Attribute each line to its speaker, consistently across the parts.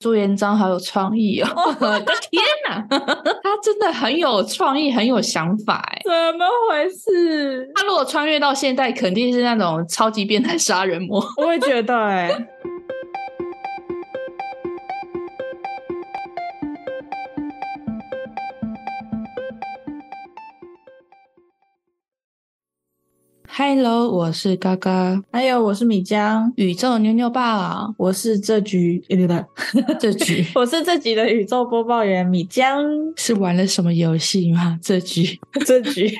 Speaker 1: 朱元璋好有创意哦！我 的天哪，他真的很有创意，很有想法哎。
Speaker 2: 怎么回事？
Speaker 1: 他如果穿越到现代，肯定是那种超级变态杀人魔。
Speaker 2: 我也觉得哎、
Speaker 1: Hello，我是嘎嘎，
Speaker 2: 还有，我是米江，
Speaker 1: 宇宙妞妞爸，
Speaker 2: 我是这局，对对，
Speaker 1: 这 局
Speaker 2: 我是这集的宇宙播报员米江，
Speaker 1: 是玩了什么游戏吗？这局
Speaker 2: 这局。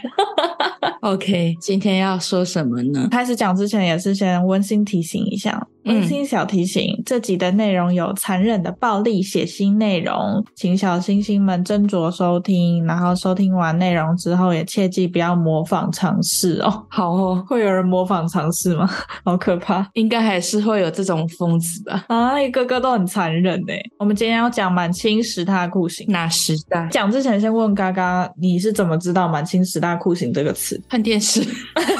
Speaker 1: OK，今天要说什么呢？
Speaker 2: 开始讲之前，也是先温馨提醒一下，
Speaker 1: 嗯
Speaker 2: 温馨小提醒：这集的内容有残忍的暴力、血腥内容，请小星星们斟酌收听。然后收听完内容之后，也切记不要模仿尝试哦。
Speaker 1: 好哦，
Speaker 2: 会有人模仿尝试吗？ 好可怕！
Speaker 1: 应该还是会有这种疯子吧？
Speaker 2: 啊，个个都很残忍哎。我们今天要讲满清十大酷刑。
Speaker 1: 哪时代？
Speaker 2: 讲之前，先问嘎嘎，你是怎么知道“满清十大酷刑”这个词？
Speaker 1: 看电视，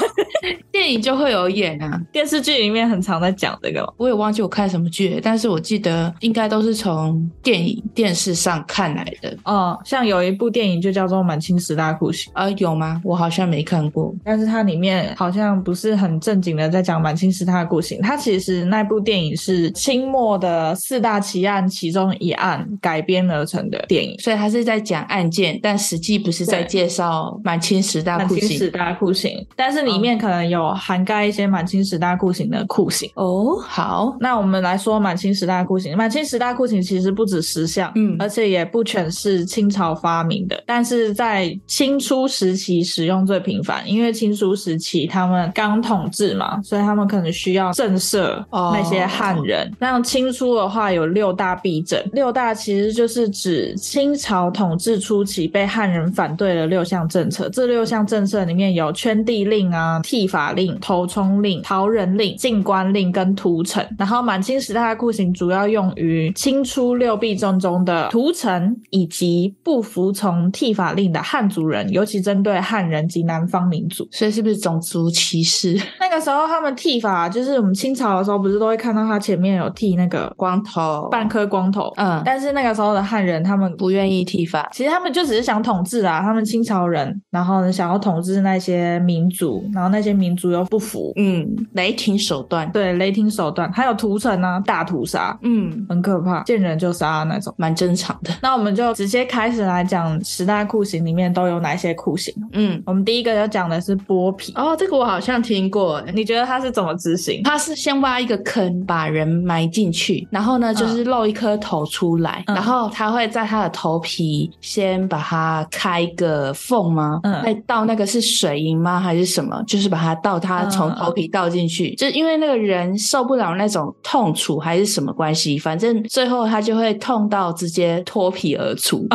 Speaker 1: 电影就会有演啊。
Speaker 2: 电视剧里面很常在讲这个。
Speaker 1: 我也忘记我看什么剧了，但是我记得应该都是从电影、电视上看来的。
Speaker 2: 哦，像有一部电影就叫做《满清十大酷刑》，
Speaker 1: 呃，有吗？我好像没看过。
Speaker 2: 但是它里面好像不是很正经的在讲满清十大酷刑，它其实那部电影是清末的四大奇案其中一案改编而成的电影。
Speaker 1: 所以他是在讲案件，但实际不是在
Speaker 2: 对
Speaker 1: 介绍满清十大
Speaker 2: 满
Speaker 1: 酷
Speaker 2: 清十
Speaker 1: 刑
Speaker 2: 大酷刑，但是里面可能有涵盖一些满清十大酷刑的酷刑。
Speaker 1: 哦。好，
Speaker 2: 那我们来说满清十大酷刑。满清十大酷刑其实不止十项，
Speaker 1: 嗯
Speaker 2: 而且也不全是清朝发明的，但是在清初时期使用最频繁，因为清初时期他们刚统治嘛，所以他们可能需要震慑
Speaker 1: 哦
Speaker 2: 那些汉人。那清初的话有六大弊政，六大其实就是指清朝统治初期被汉人反对的六项政策。这六项政策里面有圈地令啊、剃法令、头冲令、逃人令、禁官令跟屠城。然后满清十大酷刑主要用于清初六弊政中的屠城以及不服从剃法令的汉族人，尤其针对汉人及南方民族。
Speaker 1: 所以是不是种族歧视？
Speaker 2: 那个时候他们剃发，就是我们清朝的时候，不是都会看到他前面有剃那个
Speaker 1: 光头，
Speaker 2: 半颗光头，
Speaker 1: 嗯，
Speaker 2: 但是那个时候的汉人，他们
Speaker 1: 不愿意剃发，
Speaker 2: 其实他们就只是想统治啊，他们清朝人，然后呢想要统治那些民族，然后那些民族又不服，
Speaker 1: 嗯，雷霆手段，
Speaker 2: 对雷霆手段，还有屠城啊，大屠杀，
Speaker 1: 嗯，
Speaker 2: 很可怕，见人就杀那种。
Speaker 1: 蛮正常的，
Speaker 2: 那我们就直接开始来讲十大酷刑里面都有哪些酷刑。
Speaker 1: 嗯。
Speaker 2: 我们第一个要讲的是剥皮，
Speaker 1: 哦，这个我好像听过，哎，
Speaker 2: 你觉得它是怎么执行？
Speaker 1: 他是先挖一个坑，把人埋进去，然后呢，就是露一颗头出来，
Speaker 2: 嗯
Speaker 1: 然后他会在他的头皮先把它开个缝吗？
Speaker 2: 嗯
Speaker 1: 再倒那个是水银吗？还是什么？就是把它倒它
Speaker 2: 嗯
Speaker 1: 从头皮倒进去，就是因为那个人受不了那种痛楚还是什么关系，反正最后他就会痛到直接脱皮而 出。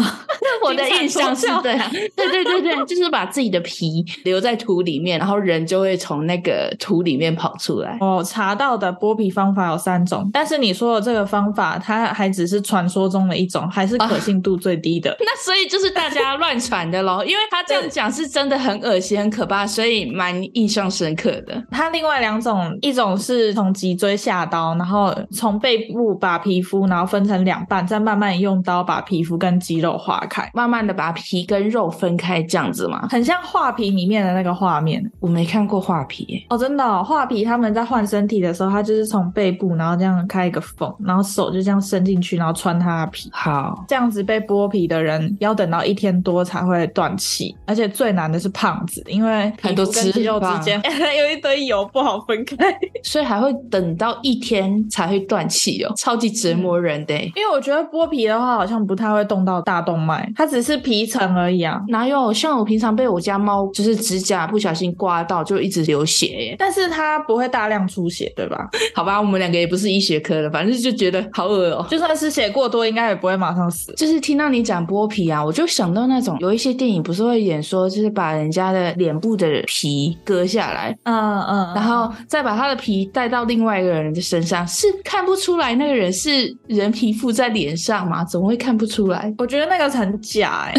Speaker 1: 我的印象是
Speaker 2: 经常
Speaker 1: 这样，对对对对，就是把自己的皮留在土里面，然后人就会从那个土里面跑出来。
Speaker 2: 我哦查到的剥皮方法有三种，但是你说的这个方法，它还只是传说中的一种，还是可信度最低的。
Speaker 1: 那所以就是大家乱传的喽，因为他这样讲是真的很恶心、很可怕，所以蛮印象深刻的。
Speaker 2: 它另外两种，一种是从脊椎下刀，然后从背部把皮肤，然后分成两半，再慢慢用刀把皮肤跟肌肉划开，
Speaker 1: 慢慢的把皮跟肉分开，这样子嘛。
Speaker 2: 很像画皮里面的那个画面
Speaker 1: 我没看过画皮、欸，
Speaker 2: 哦，真的哦、画皮他们在换身体的时候，他就是从背部，然后这样开一个缝，然后手就这样伸进去，然后穿他的皮。
Speaker 1: 好，
Speaker 2: 这样子被剥皮的人，要等到一天多才会断气，而且最难的是胖子，因为
Speaker 1: 很多
Speaker 2: 皮肤跟肌肉
Speaker 1: 脂肪
Speaker 2: 之间 有一堆油不好分开。
Speaker 1: 所以还会等到一天才会断气哦，超级折磨人的欸、
Speaker 2: 因为我觉得剥皮的话，好像不太会动到大动脉，它只是皮层而已啊。
Speaker 1: 哪有像我平常被我家猫就是指甲不小心刮到就一直流血耶、
Speaker 2: 但是它不会大量出血，对吧？
Speaker 1: 好吧，我们两个也不是医学科的，反正就觉得好恶哦、
Speaker 2: 就算是血过多，应该也不会马上死。
Speaker 1: 就是听到你讲剥皮啊，我就想到那种有一些电影不是会演说，就是把人家的脸部的皮割下来，
Speaker 2: 嗯嗯
Speaker 1: 然后再把他的皮带到另外一个人的身上，是看不出来那个人是人皮附在脸上吗？怎么会看不出来？
Speaker 2: 我觉得那个很 假哎、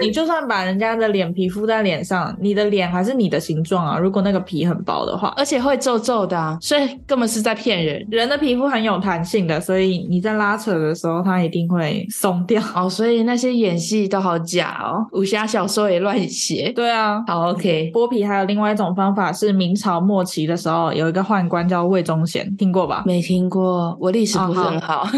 Speaker 2: 你就算把人家的脸皮敷在脸上，你的脸还是你的形状啊。如果那个皮很薄的话，
Speaker 1: 而且会皱皱的、啊，所以根本是在骗人
Speaker 2: 人的皮肤很有弹性的，所以你在拉扯的时候，它一定会松掉。
Speaker 1: 哦。所以那些演戏都好假哦，武侠小说也乱写。
Speaker 2: 对啊，
Speaker 1: 好，OK，
Speaker 2: 剥皮还有另外一种方法是明朝末期的时候有一个宦官叫魏忠贤，听过吧？
Speaker 1: 没听过，我历史不是很好。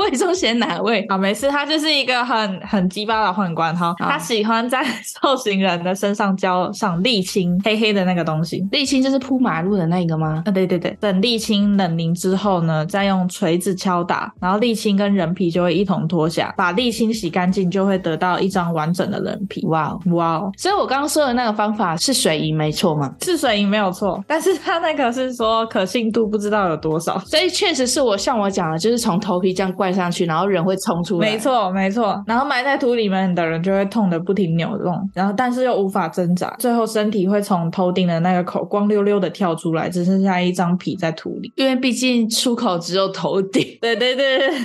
Speaker 1: 魏忠贤哪位？
Speaker 2: 啊，没事，他就是一个很很鸡巴的宦官哈，他喜欢在受刑人的身上浇上沥青，黑黑的那个东西。
Speaker 1: 沥青就是铺马路的那个吗？
Speaker 2: 啊，对对对，等沥青冷凝之后呢，再用锤子敲打，然后沥青跟人皮就会一同脱下，把沥青洗干净，就会得到一张完整的人皮。
Speaker 1: 哇哦！
Speaker 2: 哇哦，
Speaker 1: 所以我刚刚说的那个方法是水银，没错嘛？
Speaker 2: 是水银没有错，但是他那个是说可信度不知道有多少。
Speaker 1: 所以确实是我像我讲的，就是从头皮这样灌上去，然后人会冲出来。
Speaker 2: 没，错，没错。然后埋在土里面的人就会痛得不停扭动，然后但是又无法挣扎，最后身体会从头顶的那个口光溜溜的跳出来，只剩下一张皮在土里。
Speaker 1: 因为毕竟出口只有头顶，
Speaker 2: 对对对，对很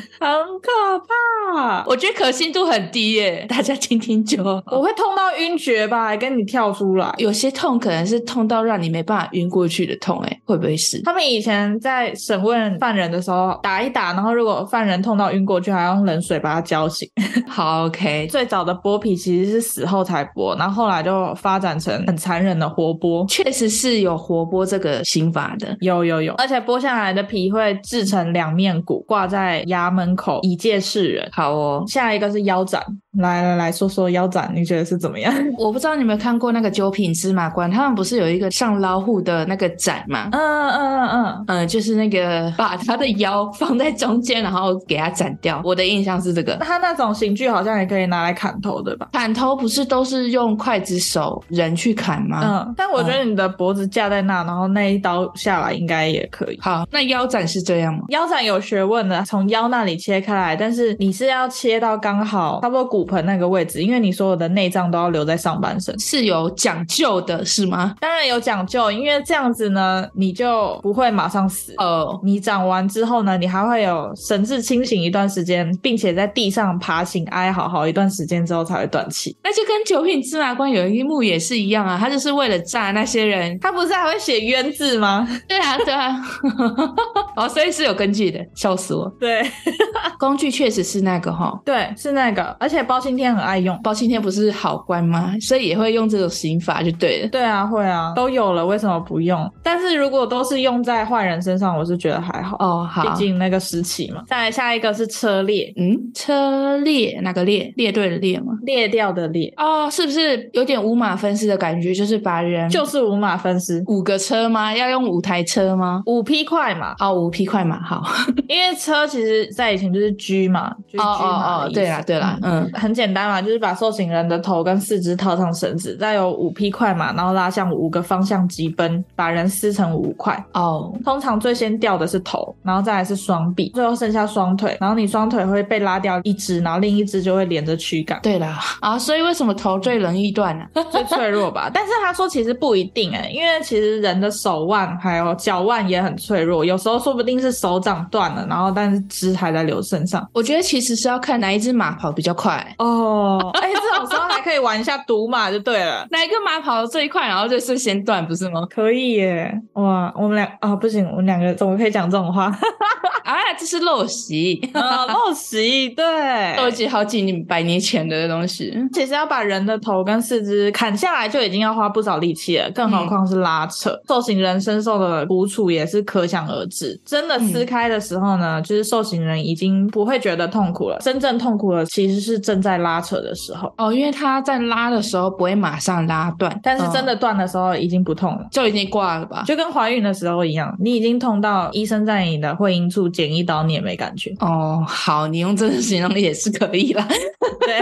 Speaker 2: 可怕。
Speaker 1: 我觉得可信度很低耶。大家听听就好。
Speaker 2: 我会痛到晕厥吧，还跟你跳出来。
Speaker 1: 有些痛可能是痛到让你没办法晕过去的痛，哎，会不会是？
Speaker 2: 他们以前在审问犯人的时候，打一打，然后如果犯人痛到晕过去，还要用冷水把他浇醒。
Speaker 1: 好，OK，
Speaker 2: 最早的剥皮其实是死后才剥，然后后来就发展成很残忍的活剥。
Speaker 1: 确实是有活剥这个刑法的。
Speaker 2: 有有有，而且剥下来的皮会制成两面鼓，挂在衙门口以戒世人。
Speaker 1: 好哦，
Speaker 2: 下一个是腰斩，来来来说说腰斩，你觉得是怎么样？
Speaker 1: 我不知道你有没有看过那个九品芝麻官，他们不是有一个上老虎的那个展嘛？
Speaker 2: 嗯嗯嗯嗯，
Speaker 1: 嗯，就是那 个把他的腰放在中间，然后给他斩掉。我的印象是这个。
Speaker 2: 他那种刑具好像也可以拿来砍头，对吧？
Speaker 1: 砍头不是都是用刽子手人去砍吗？
Speaker 2: 嗯，但我觉得你的脖子架在那，然后那一刀下来应该也可以。
Speaker 1: 好，那腰斩是这样吗？
Speaker 2: 腰斩有学问的，从腰那里切开来，但是你是要切到刚好差不多骨盆那个位置，因为你所有的内脏都要留在上半身。
Speaker 1: 是有讲究的，是吗？
Speaker 2: 当然有讲究，因为这样子呢，你就不会马上死。
Speaker 1: 哦，
Speaker 2: 你长完之后呢，你还会有神志清醒一段时间，并且在地上爬行哀嚎好一段时间之后才会断气。
Speaker 1: 那就跟九品芝麻官有一幕也是一样啊，他就是为了炸那些人。
Speaker 2: 他不是还会写冤字吗？
Speaker 1: 对啊，对啊， 哦，所以是有根据的，笑死我。啊
Speaker 2: 对
Speaker 1: 工具确实是那个哈、
Speaker 2: 对，是那个，而且包青天很爱用。
Speaker 1: 包青天不是好官吗？所以也会用这种刑法就对了。
Speaker 2: 对啊，会啊，都有了，为什么不用？但是如果都是用在坏人身上，我是觉得还好，
Speaker 1: 哦，好
Speaker 2: 毕，竟那个时期嘛。再来下一个是车裂，
Speaker 1: 嗯，车裂哪个裂？列队的列吗？
Speaker 2: 裂掉的裂，
Speaker 1: 哦，是不是有点五马分尸的感觉？就是把人
Speaker 2: 就是五马分尸，
Speaker 1: 五个车吗？要用五台车吗？
Speaker 2: 五匹快马，
Speaker 1: 哦，五匹快马，好，
Speaker 2: 因为车其实在以前就是驹嘛，就是
Speaker 1: 哦
Speaker 2: 驹
Speaker 1: 哦
Speaker 2: 马
Speaker 1: 哦，
Speaker 2: 的意思
Speaker 1: 对啦对啦，嗯，
Speaker 2: 很简单嘛，就是把受刑人的头跟四肢套上绳子，再有五匹快马，然后拉向五个方向疾奔，把人撕成五块。
Speaker 1: 哦，，
Speaker 2: 通常最先掉的是头，然后再来是双臂，最后剩下双腿。然后你双腿会被拉掉一只，然后另一只就会连着躯干
Speaker 1: 对啦，啊，所以为什么头最容易断啊呢、
Speaker 2: 最脆弱吧。 但是他说其实不一定哎、因为其实人的手腕还有脚腕也很脆弱，有时候说不定是手掌断了，然后但是肢还在留身上。
Speaker 1: 我觉得其实是要看哪一只马跑比较快，
Speaker 2: 哦，哎，这种时候还可以玩一下赌马就对了。
Speaker 1: 哪一个马跑得最快，然后就是先断，不是吗？
Speaker 2: 可以耶！哇，我们俩啊、不行，我们两个怎么可以讲这种话？
Speaker 1: 啊，这是陋 习，
Speaker 2: 啊，陋习， 对，
Speaker 1: 陋习好几年百年前的东西。
Speaker 2: 其实要把人的头跟四肢砍下来，就已经要花不少力气了，更
Speaker 1: 嗯
Speaker 2: 何况是拉扯。受刑人身受的苦楚也是可想而知。真的
Speaker 1: 嗯
Speaker 2: 撕开的时候呢，就是受刑人已经不会觉得痛苦了，真正痛苦的其实是正在拉扯的时候。
Speaker 1: 哦，因为他在拉的时候不会马上拉断，
Speaker 2: 但是真
Speaker 1: 嗯
Speaker 2: 的断的时候已经不痛了，
Speaker 1: 就已经挂了吧？
Speaker 2: 就跟怀孕的时候一样，你已经痛到医生在你的会阴处剪一刀，你也没感觉。
Speaker 1: 哦，好，你用这个形容也是可以啦。
Speaker 2: 对。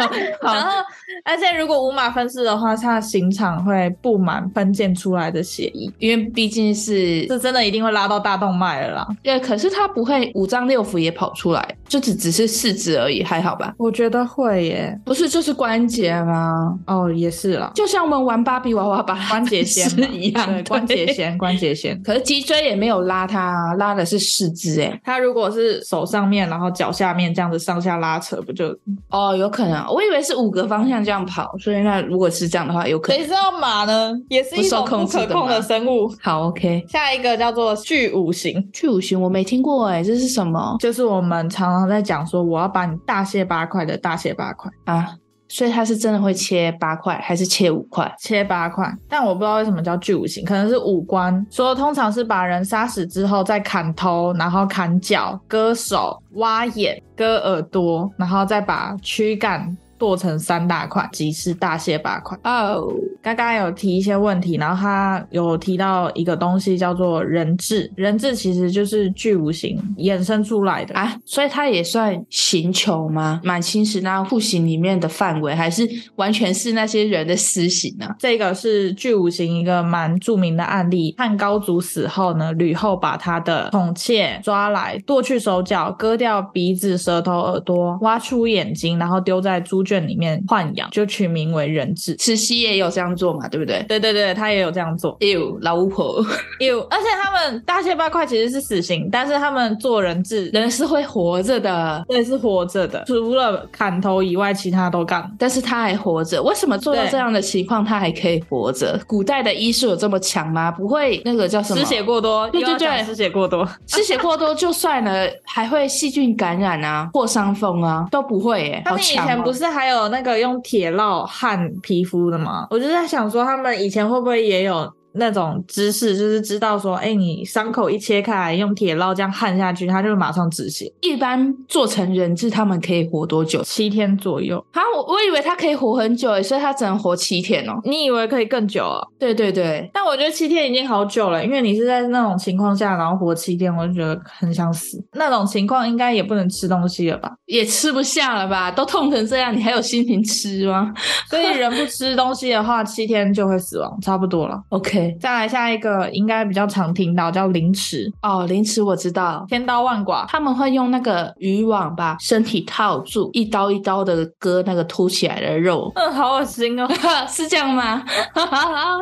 Speaker 2: 然
Speaker 1: 好，
Speaker 2: 后，而且如果五马分尸的话，它的刑场会布满分溅出来的血液，
Speaker 1: 因为毕竟是，
Speaker 2: 这真的一定会拉到大动脉了啦。
Speaker 1: 呃，可是他不会五脏六腑也跑出来，就只只是四肢而已，还好吧？
Speaker 2: 我觉得会耶。
Speaker 1: 不是就是关节吗？
Speaker 2: 哦，也是啦，
Speaker 1: 就像我们玩芭比娃娃把它
Speaker 2: 关节线嘛
Speaker 1: 是一样，
Speaker 2: 对关节
Speaker 1: 对。
Speaker 2: 线，关节线。
Speaker 1: 可是脊椎也没有拉它啊，拉的是四肢哎、
Speaker 2: 他如果是手上面，然后脚下面这样子上下拉扯，不就？
Speaker 1: 哦，有可能，我以为是五个方向这样跑，所以那如果是这样的话，有可能。
Speaker 2: 知道马呢？也是一种
Speaker 1: 不受控
Speaker 2: 不
Speaker 1: 制的
Speaker 2: 可控
Speaker 1: 马
Speaker 2: 的生物。
Speaker 1: 好，OK，
Speaker 2: 下一个叫做巨五行，
Speaker 1: 巨乳型我没听过哎、这是什么
Speaker 2: 就是我们常常在讲说，我要把你大卸八块的大卸八块，
Speaker 1: 啊？所以它是真的会切八块，还是切五块？
Speaker 2: 切八块。但我不知道为什么叫巨五行，可能是五官。说通常是把人杀死之后再砍头，然后砍脚、割手、挖眼、割耳朵，然后再把躯干剁成三大块，即是大卸八块。
Speaker 1: 哦，
Speaker 2: 刚刚有提一些问题，然后他有提到一个东西叫做人质，人质其实就是巨无形衍生出来的。
Speaker 1: 啊，所以它也算刑求吗？满清十大酷刑里面的范围，还是完全是那些人的私刑啊呢、
Speaker 2: 这个是巨无形一个蛮著名的案例。汉高祖死后呢，吕后把他的宠妾抓来，剁去手脚，割掉鼻子、舌头、耳朵，挖出眼睛，然后丢在猪圈里面豢养，就取名为人质。
Speaker 1: 慈禧也有这样做嘛，对不对？
Speaker 2: 对对对，他也有这样做。
Speaker 1: 哎呦，老巫婆，
Speaker 2: 有，而且他们大卸八块其实是死刑，但是他们做人质
Speaker 1: 人是会活着的，
Speaker 2: 对，是活着的，除了砍头以外，其他都干。
Speaker 1: 但是他还活着，为什么做到
Speaker 2: 对
Speaker 1: 这样的情况他还可以活着？古代的医术有这么强吗？不会那个叫什么
Speaker 2: 失血过多，
Speaker 1: 对
Speaker 2: 又要
Speaker 1: 对对
Speaker 2: 讲失血过多。
Speaker 1: 失血过多就算 了，还会细菌感染啊，破伤风啊，都不会耶、
Speaker 2: 他
Speaker 1: 好
Speaker 2: 们以
Speaker 1: 强、哦！
Speaker 2: 前不是还有那个用铁烙焊皮肤的吗？我就在想说，他们以前会不会也有那种知识，就是知道说，哎、你伤口一切开来，用铁烙这样焊下去，它就马上止血，
Speaker 1: 一般做成人质，他们可以活多久？
Speaker 2: 七天左右。
Speaker 1: 啊，我我以为他可以活很久耶，所以他只能活七天哦。
Speaker 2: 你以为可以更久啊？
Speaker 1: 对对对，
Speaker 2: 但我觉得七天已经好久了，因为你是在那种情况下，然后活七天，我就觉得很想死。那种情况应该也不能吃东西了吧？
Speaker 1: 也吃不下了吧？都痛成这样，你还有心情吃吗
Speaker 2: 所以人不吃东西的话，七天就会死亡，差不多了。
Speaker 1: ？OK，
Speaker 2: 再来下一个，应该比较常听到叫凌迟，
Speaker 1: 哦，凌迟我知道，
Speaker 2: 千刀万剐。，
Speaker 1: 他们会用那个渔网把身体套住，一刀一刀的割那个凸起来的肉
Speaker 2: 嗯， 好恶心哦！
Speaker 1: 是这样吗？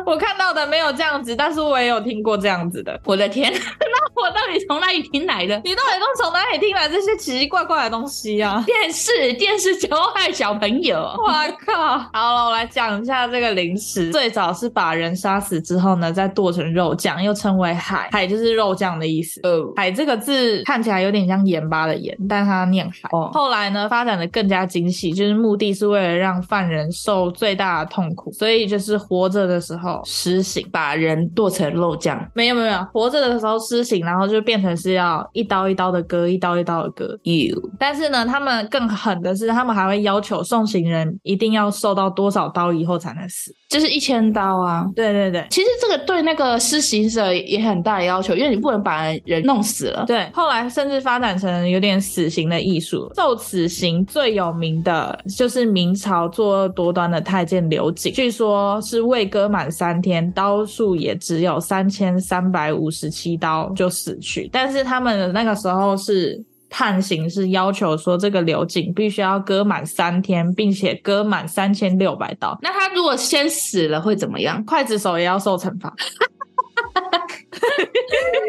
Speaker 2: 我看到的没有这样子，但是我也有听过这样子的。
Speaker 1: 我的天， 那我到底从哪里听来的？
Speaker 2: 你到底都从哪里听来这些奇奇怪怪的东西啊？
Speaker 1: 电视电视教坏小朋友。哦
Speaker 2: 哇靠！好了，我来讲一下这个凌迟。最早是把人杀死之后呢，再剁成肉酱，又称为海，海就是肉酱的意思。
Speaker 1: 呃，
Speaker 2: 海这个字看起来有点像盐巴的盐，但它念海。
Speaker 1: 哦
Speaker 2: 后来呢，发展的更加精细，就是目的是为了让犯人受最大的痛苦，所以就是活着的时候施行。
Speaker 1: 把人剁成肉酱，
Speaker 2: 没有没有没有，活着的时候施行，然后就变成是要一刀一刀的割，一刀一刀的割。
Speaker 1: 有
Speaker 2: 但是呢，他们更狠的是，他们还会要求送行人一定要受到多少刀以后才能死。
Speaker 1: 就是一千刀啊。
Speaker 2: 对对对，
Speaker 1: 其实这个对那个施行者也很大的要求，因为你不能把人弄死了。
Speaker 2: 对，后来甚至发展成有点死刑的艺术。受死刑最有名的就是明朝作恶多端的太监刘瑾，据说是未割满三天，刀数也只有三千三百五十七刀就死去。但是他们那个时候是。判刑是要求说，这个刘瑾必须要割满三天，并且割满三千六百刀，
Speaker 1: 那他如果先死了会怎么样？
Speaker 2: 刽子手也要受惩罚。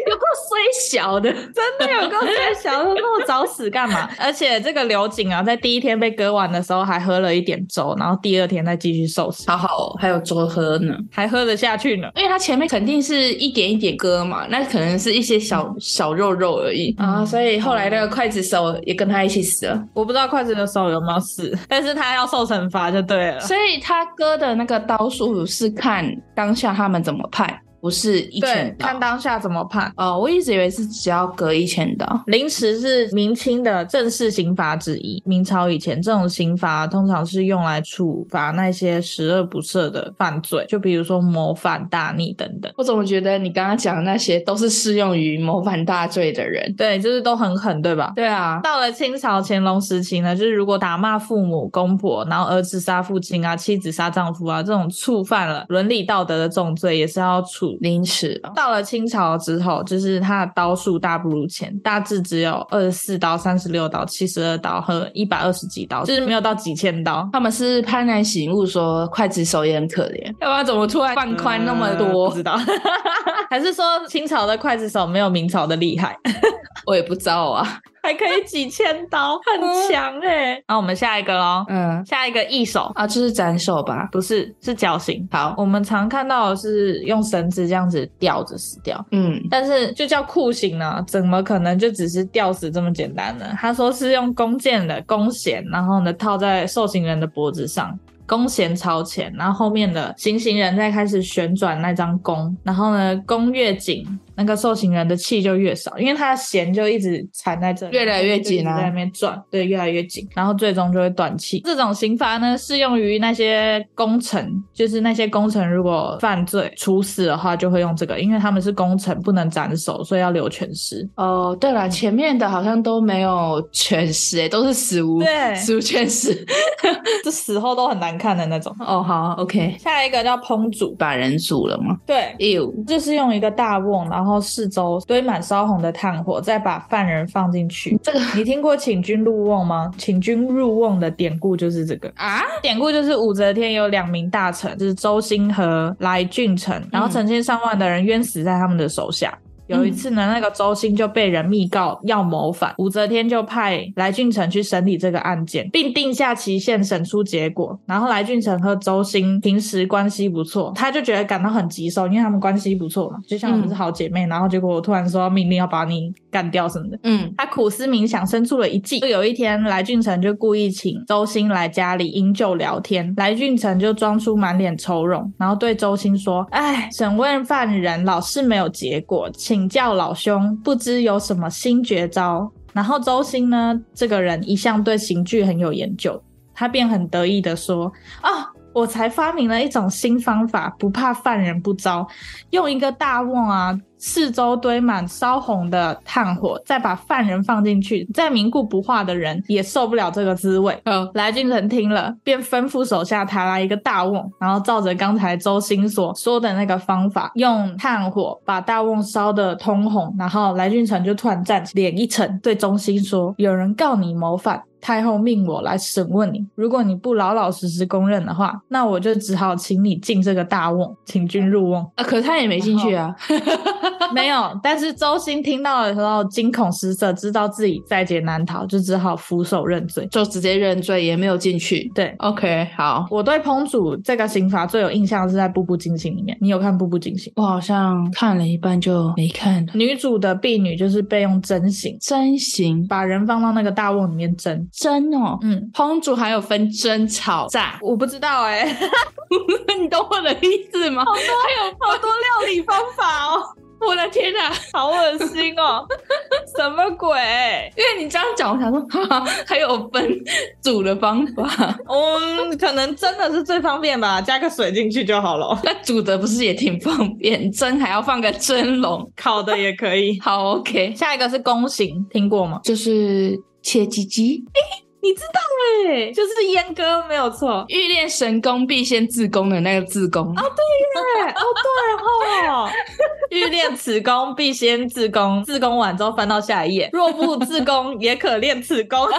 Speaker 1: 有够虽小的，
Speaker 2: 真的有够在想说那么早死干 嘛？而且这个刘瑾啊，在第一天被割完的时候还喝了一点粥，然后第二天再继续受死，
Speaker 1: 好好、哦还有粥喝呢。
Speaker 2: 还喝得下去呢。
Speaker 1: 因为他前面肯定是一点一点割嘛，那可能是一些小小肉肉而已
Speaker 2: 嗯
Speaker 1: 啊，所以后来那个刽子手也跟他一起死了。
Speaker 2: 我不知道筷子的手有没有死，但是他要受惩罚就对了。
Speaker 1: 所以他割的那个刀数是看当下他们怎么判，不是一
Speaker 2: 对
Speaker 1: 千，刀
Speaker 2: 看。当下怎么判。
Speaker 1: 哦，我一直以为是只要割一千刀。
Speaker 2: 凌迟是明清的正式刑罚之一。明朝以前，这种刑罚通常是用来处罚那些十恶不赦的犯罪，就比如说谋反、大逆等等。
Speaker 1: 我怎么觉得你刚刚讲的那些都是适用于谋反大罪的人？
Speaker 2: 对，就是都很狠，对吧？
Speaker 1: 对啊，
Speaker 2: 到了清朝乾隆时期呢，就是如果打骂父母、公婆，然后儿子杀父亲啊、妻子杀丈夫啊，这种触犯了伦理道德的重罪，也是要处
Speaker 1: 以凌迟哦。
Speaker 2: 到了清朝之后，就是他的刀数大不如前，大致只有二十四刀、三十六刀、七十二刀和一百二十几刀，就是没有到几千刀。
Speaker 1: 他们是幡然醒悟，说刽子手也很可怜，要不然怎么突然放宽那么
Speaker 2: 呃
Speaker 1: 多？
Speaker 2: 不知道， 还是说清朝的刽子手没有明朝的厉害，
Speaker 1: 我也不知道啊。
Speaker 2: 还可以几千刀，很强哎、欸。那我们下一个喽，
Speaker 1: 嗯，
Speaker 2: 下一个义手
Speaker 1: 啊，就是斩首吧。
Speaker 2: 不是是绞刑，
Speaker 1: 好，
Speaker 2: 我们常看到的是用绳子这样子吊着死掉。
Speaker 1: 嗯，
Speaker 2: 但是就叫酷刑呢、怎么可能就只是吊死这么简单呢？他说是用弓箭的弓弦，然后呢套在受刑人的脖子上。弓弦朝前，然后后面的行刑人再开始旋转那张弓，然后呢，弓越紧，那个受刑人的气就越少，因为他的弦就一直缠在这里，
Speaker 1: 越来越紧啊
Speaker 2: 就一直在那边转，对，越来越紧，然后最终就会断气。这种刑罚呢，适用于那些功臣，就是那些功臣如果犯罪处死的话，就会用这个，因为他们是功臣，不能斩首，所以要留全尸。
Speaker 1: 哦，对了，前面的好像都没有全尸，诶，都是死无
Speaker 2: 对
Speaker 1: 死无全尸。
Speaker 2: 这死后都很难看的那种。
Speaker 1: 哦，好，OK，
Speaker 2: 下一个叫烹煮，
Speaker 1: 把人煮了吗？
Speaker 2: 对，
Speaker 1: 哟，
Speaker 2: 就是用一个大瓮，然后四周堆满烧红的炭火，再把犯人放进去。
Speaker 1: 这个
Speaker 2: 你听过请君入瓮吗？请君入瓮的典故就是这个。
Speaker 1: 啊，
Speaker 2: 典故就是武则天有两名大臣，就是周兴和来俊臣，然后成千上万的人冤死在他们的手下。有一次呢，那个周兴就被人密告要谋反，武则天就派来俊臣去审理这个案件，并定下期限审出结果。然后来俊臣和周兴平时关系不错，他就觉得感到很棘手，因为他们关系不错嘛，就像我们是好姐妹。然后结果我突然说命令要把你干掉什么的，
Speaker 1: 嗯，
Speaker 2: 他苦思冥想，生出了一计。就有一天，来俊臣就故意请周兴来家里饮酒聊天，来俊臣就装出满脸愁容，然后对周兴说：“哎，审问犯人老是没有结果，请教老兄，不知有什么新绝招？”然后周兴呢，这个人一向对刑具很有研究，他便很得意地说：“啊，我才发明了一种新方法，不怕犯人不招，用一个大瓮啊，四周堆满烧红的炭火，再把犯人放进去，再凝固不化的人也受不了这个滋味。”
Speaker 1: 哦，
Speaker 2: 来俊臣听了，便吩咐手下抬来一个大瓮，然后照着刚才周兴所说的那个方法，用炭火把大瓮烧得通红。然后来俊臣就突然站起，脸一沉，对钟兴说：“有人告你谋反。”太后命我来审问你，如果你不老老实实供认的话，那我就只好请你进这个大瓮，请君入瓮。
Speaker 1: 啊，可是他也没进去啊。
Speaker 2: 没有，但是周兴听到的时候惊恐失色，知道自己在劫难逃，就只好俯首认罪。
Speaker 1: 就直接认罪，也没有进去。
Speaker 2: 对，
Speaker 1: OK，好，
Speaker 2: 我对烹煮这个刑罚最有印象是在《步步惊心》里面，你有看《步步惊心》？
Speaker 1: 我好像看了一半就没看了。
Speaker 2: 女主的婢女就是被用针刑，
Speaker 1: 真行，
Speaker 2: 把人放到那个大瓮里面蒸。
Speaker 1: 真哦，
Speaker 2: 嗯，
Speaker 1: 烹煮还有分蒸、炒、炸，
Speaker 2: 我不知道哎、
Speaker 1: 你懂我的意思吗？ 还有，
Speaker 2: 好多料理方法哦，
Speaker 1: 我的天哪、
Speaker 2: 好恶心哦， 什么鬼？
Speaker 1: 因为你这样讲，我想说，哈哈，还有分煮的方法，
Speaker 2: 嗯，可能真的是最方便吧，加个水进去就好了，
Speaker 1: 那煮的不是也挺方便？蒸还要放个蒸笼，
Speaker 2: 烤的也可以。
Speaker 1: 好 OK，
Speaker 2: 下一个是弓刑，听过吗？
Speaker 1: 就是切鸡鸡，
Speaker 2: 你知道哎、就是阉割没有错。
Speaker 1: 欲练神功，必先自宫的那个自宫。
Speaker 2: 对，哦对哦， 欲练此功，必先自宫。自宫完之后翻到下一页，若不自宫，也可练此功。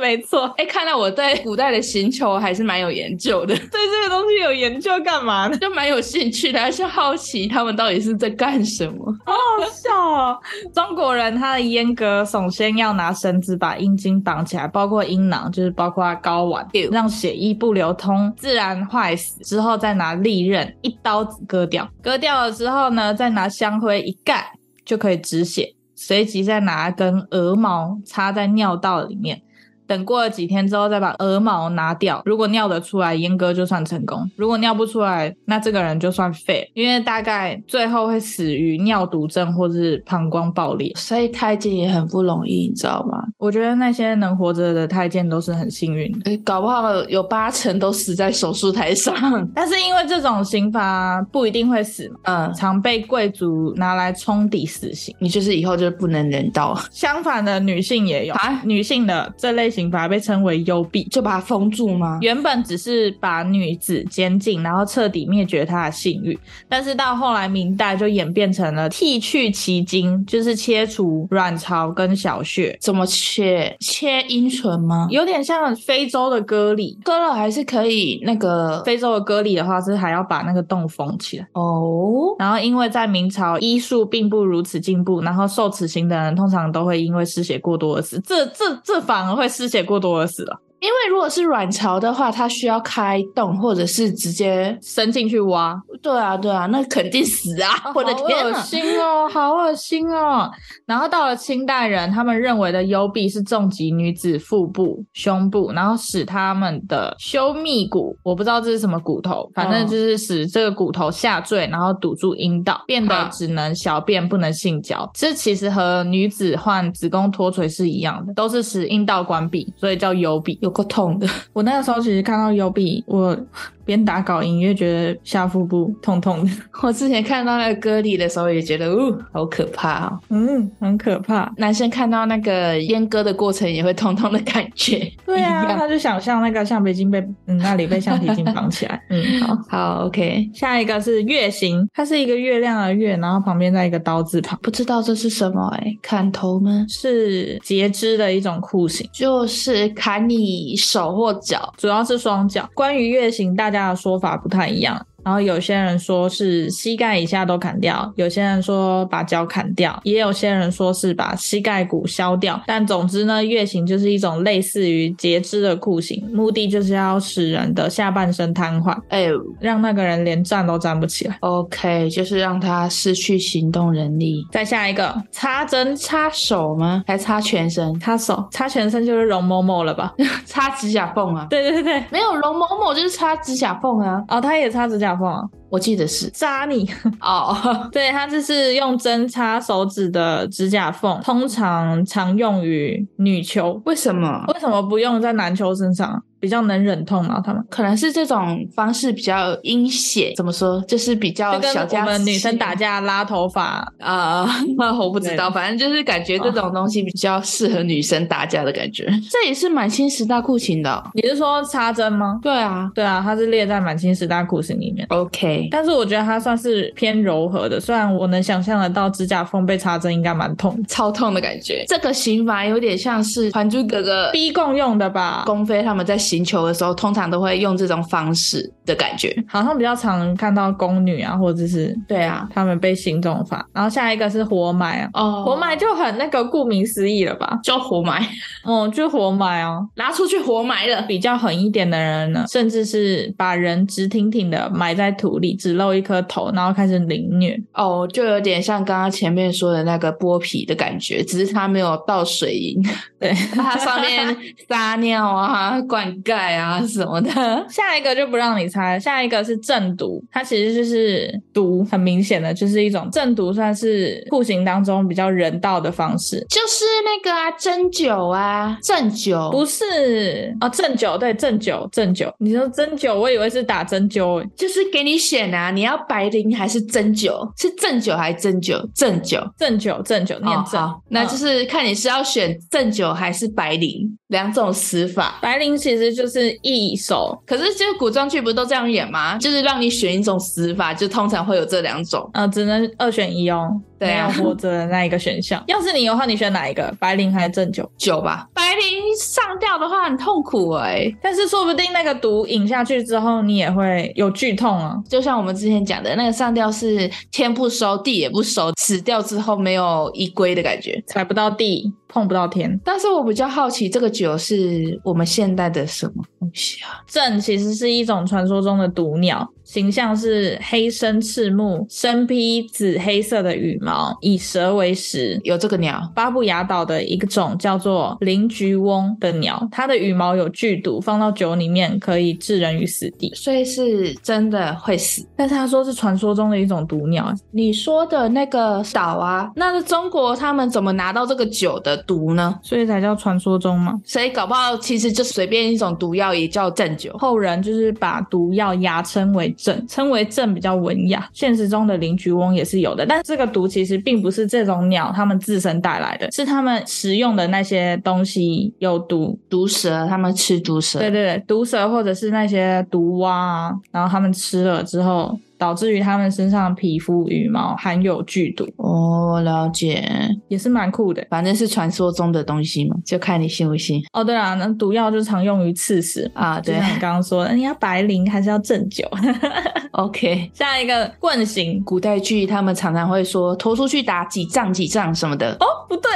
Speaker 2: 没错，
Speaker 1: 哎、看来我对古代的刑求还是蛮有研究的，
Speaker 2: 对这个东西有研究干嘛呢？
Speaker 1: 就蛮有兴趣的，而且好奇他们到底是在干什么。
Speaker 2: 好笑哦！中国人他的阉割，首先要拿绳子把阴茎绑起来，包括阴囊，就是包括睾丸，让血液不流通，自然坏死。之后再拿利刃一刀子割掉，割掉了之后呢，再拿香灰一盖就可以止血。随即再拿一根鹅毛插在尿道里面。等过了几天之后，再把鹅毛拿掉。如果尿得出来，阉割就算成功；如果尿不出来，那这个人就算废，因为大概最后会死于尿毒症或是膀胱爆裂。
Speaker 1: 所以太监也很不容易，你知道吗？
Speaker 2: 我觉得那些能活着的太监都是很幸运的，
Speaker 1: 诶搞不好有八成都死在手术台上。
Speaker 2: 但是因为这种刑罚不一定会死嘛，
Speaker 1: 嗯，
Speaker 2: 常被贵族拿来冲抵死刑。
Speaker 1: 你就是以后就不能人道。
Speaker 2: 相反的，女性也有
Speaker 1: 啊
Speaker 2: 女性的这类刑罚被称为幽闭，
Speaker 1: 就把它封住吗？
Speaker 2: 原本只是把女子监禁，然后彻底灭绝她的性欲，但是到后来明代就演变成了剃去其精，就是切除卵巢跟小穴，
Speaker 1: 怎么切？切阴唇吗？
Speaker 2: 有点像非洲的割礼。
Speaker 1: 割了还是可以那个
Speaker 2: 非洲的割礼的话是还要把那个洞缝起来。
Speaker 1: 哦，
Speaker 2: 然后因为在明朝医术并不如此进步，然后受此刑的人通常都会因为失血过多而死，这这这反而会失血过多而死了。
Speaker 1: 因为如果是卵巢的话，它需要开洞或者是直接，
Speaker 2: 伸进去挖，
Speaker 1: 对啊对啊，那肯定死啊！我的天
Speaker 2: 哦好恶
Speaker 1: 啊！
Speaker 2: 心哦，好恶心哦。然后到了清代人，他们认为的幽闭是重击女子腹部、胸部，然后使他们的修密骨，我不知道这是什么骨头，反
Speaker 1: 嗯
Speaker 2: 正就是使这个骨头下坠，然后堵住阴道，变得
Speaker 1: 哈
Speaker 2: 只能小便不能性交。这其实和女子患子宫脱垂是一样的，都是使阴道关闭，所以叫幽闭。
Speaker 1: 有够痛的，
Speaker 2: 我那个时候其实看到幽闭，我 边打稿音越觉得下腹部痛痛的。
Speaker 1: 我之前看到那个割礼的时候也觉得，呜、好可怕哦！
Speaker 2: 嗯，很可怕。
Speaker 1: 男生看到那个阉割的过程也会痛痛的感觉，
Speaker 2: 对
Speaker 1: 一
Speaker 2: 啊，
Speaker 1: 样
Speaker 2: 他就想象那个橡皮筋被嗯那里被橡皮筋绑 起来。嗯，好，
Speaker 1: 好，OK，
Speaker 2: 下一个是月形，它是一个月亮的月，然后旁边在一个刀字旁，
Speaker 1: 不知道这是什么哎、砍头吗？
Speaker 2: 是截肢的一种酷刑，
Speaker 1: 就是砍你手或脚，
Speaker 2: 主要是双脚。关于月形，大家的说法不太一样。然后有些人说是膝盖以下都砍掉，有些人说把脚砍掉，也有些人说是把膝盖骨削掉。但总之呢，月形就是一种类似于截肢的酷刑，目的就是要使人的下半身瘫痪。
Speaker 1: 哎、
Speaker 2: 让那个人连站都站不起来。
Speaker 1: o k 就是让他失去行动能力。
Speaker 2: 再下一个插针，
Speaker 1: 擦手吗？还擦全身？
Speaker 2: 插手，插全身就是容嬷嬷了吧？
Speaker 1: 擦指甲缝啊？
Speaker 2: 对对对，
Speaker 1: 没有，容某某就是擦指甲缝啊，
Speaker 2: 哦，他也插指甲缝啊，
Speaker 1: 我记得是
Speaker 2: 扎你。
Speaker 1: 哦。
Speaker 2: 对他就是用针插手指的指甲缝，通常常用于女囚。
Speaker 1: 为什么？
Speaker 2: 为什么不用在男囚身上啊？比较能忍痛啊，他们
Speaker 1: 可能是这种方式比较阴险，怎么说？就是比较
Speaker 2: 就跟
Speaker 1: 哦小
Speaker 2: 我
Speaker 1: 家
Speaker 2: 们女生
Speaker 1: 气
Speaker 2: 打架拉头发，
Speaker 1: 啊， 我不知道，反正就是感觉这种东西比较适合女生打架的感觉。 这也是蛮新时代酷刑的哦、
Speaker 2: 你是说插针吗？
Speaker 1: 对啊
Speaker 2: 对啊，它是列在满清十大酷刑里面。
Speaker 1: ，OK，
Speaker 2: 但是我觉得它算是偏柔和的，虽然我能想象得到指甲缝被插针应该蛮痛的。
Speaker 1: 超痛的感觉。这个刑罚有点像是《还珠格格》
Speaker 2: 逼供用的吧，
Speaker 1: 宫妃他们在行求的时候，通常都会用这种方式的感觉。
Speaker 2: 好像比较常看到宫女啊，或者是
Speaker 1: 对啊，
Speaker 2: 他们被刑这种法。然后下一个是活埋啊，
Speaker 1: 哦，
Speaker 2: 活埋就很那个顾名思义了吧？
Speaker 1: 就活埋，
Speaker 2: 嗯，就活埋哦。
Speaker 1: 拿出去活埋了。
Speaker 2: 比较狠一点的人呢，甚至是把人直挺挺的埋在土里，只露一颗头，然后开始凌虐。
Speaker 1: 哦，就有点像刚刚前面说的那个剥皮的感觉，只是它没有倒水银，
Speaker 2: 对，
Speaker 1: 它上 面撒尿啊、灌溉啊什么的。
Speaker 2: 下一个就不让你猜，下一个是正毒，它其实就是毒，很明显的就是一种正毒，算是酷刑当中比较人道的方式。
Speaker 1: 就是那个啊，针灸啊，针灸
Speaker 2: 不是哦，针灸对针灸，针灸。你说针灸，我以为是打针灸欸诶，
Speaker 1: 就是给你选啊，你要白绫还是针灸？是针灸还是针灸？针灸，
Speaker 2: 针灸针
Speaker 1: 哦
Speaker 2: 灸念针、
Speaker 1: 好那就
Speaker 2: 哦嗯
Speaker 1: 是看你是要选针灸还是白绫两种死法。
Speaker 2: 白绫其实就是一手，
Speaker 1: 可是，就是古装剧不都这样演吗？就是让你选一种死法，就通常会有这两种。
Speaker 2: 呃，只能二选一哦，
Speaker 1: 对啊
Speaker 2: 没有活着的那一个选项。要是你的话，你选哪一个？白绫还是针灸？
Speaker 1: 九吧。白灵上吊的话很痛苦哎、
Speaker 2: 但是说不定那个毒饮下去之后，你也会有剧痛啊。
Speaker 1: 就像我们之前讲的，那个上吊是天不收地也不收，死掉之后没有依归的感觉。
Speaker 2: 踩不到地，碰不到天。
Speaker 1: 但是我比较好奇，这个酒是我们现代的什么东西啊？
Speaker 2: 正其实是一种传说中的毒鸟，形象是黑身赤目，身披紫黑色的羽毛，以蛇为食。
Speaker 1: 有这个鸟
Speaker 2: 巴布亚岛的一种叫做灵菊翁的鸟，它的羽毛有剧毒，放到酒里面可以置人于死地。
Speaker 1: 所以是真的会死。
Speaker 2: 但是他说是传说中的一种毒鸟，
Speaker 1: 你说的那个岛啊，那是中国他们怎么拿到这个酒的毒呢？
Speaker 2: 所以才叫传说中嘛。
Speaker 1: 所以搞不好其实就随便一种毒药也叫正酒。
Speaker 2: 后人就是把毒药雅称为正，称为正比较文雅。现实中的邻居翁也是有的，但这个毒其实并不是这种鸟它们自身带来的，是它们食用的那些东西有毒。
Speaker 1: 毒蛇，他们吃毒蛇，
Speaker 2: 对对对，毒蛇或者是那些毒蛙啊，然后它们吃了之后，导致于它们身上的皮肤、羽毛含有剧毒，
Speaker 1: 哦，了解，
Speaker 2: 也是蛮酷的。
Speaker 1: 反正是传说中的东西嘛，就看你信不信
Speaker 2: 哦，对啊，那毒药就常用于刺死。
Speaker 1: 啊。
Speaker 2: 就
Speaker 1: 对
Speaker 2: 像你刚刚说的，你要白绫还是要正酒？
Speaker 1: ，OK。
Speaker 2: 下一个棍刑
Speaker 1: 古代剧他们常常会说拖出去打几仗几仗什么的。
Speaker 2: 哦，不对，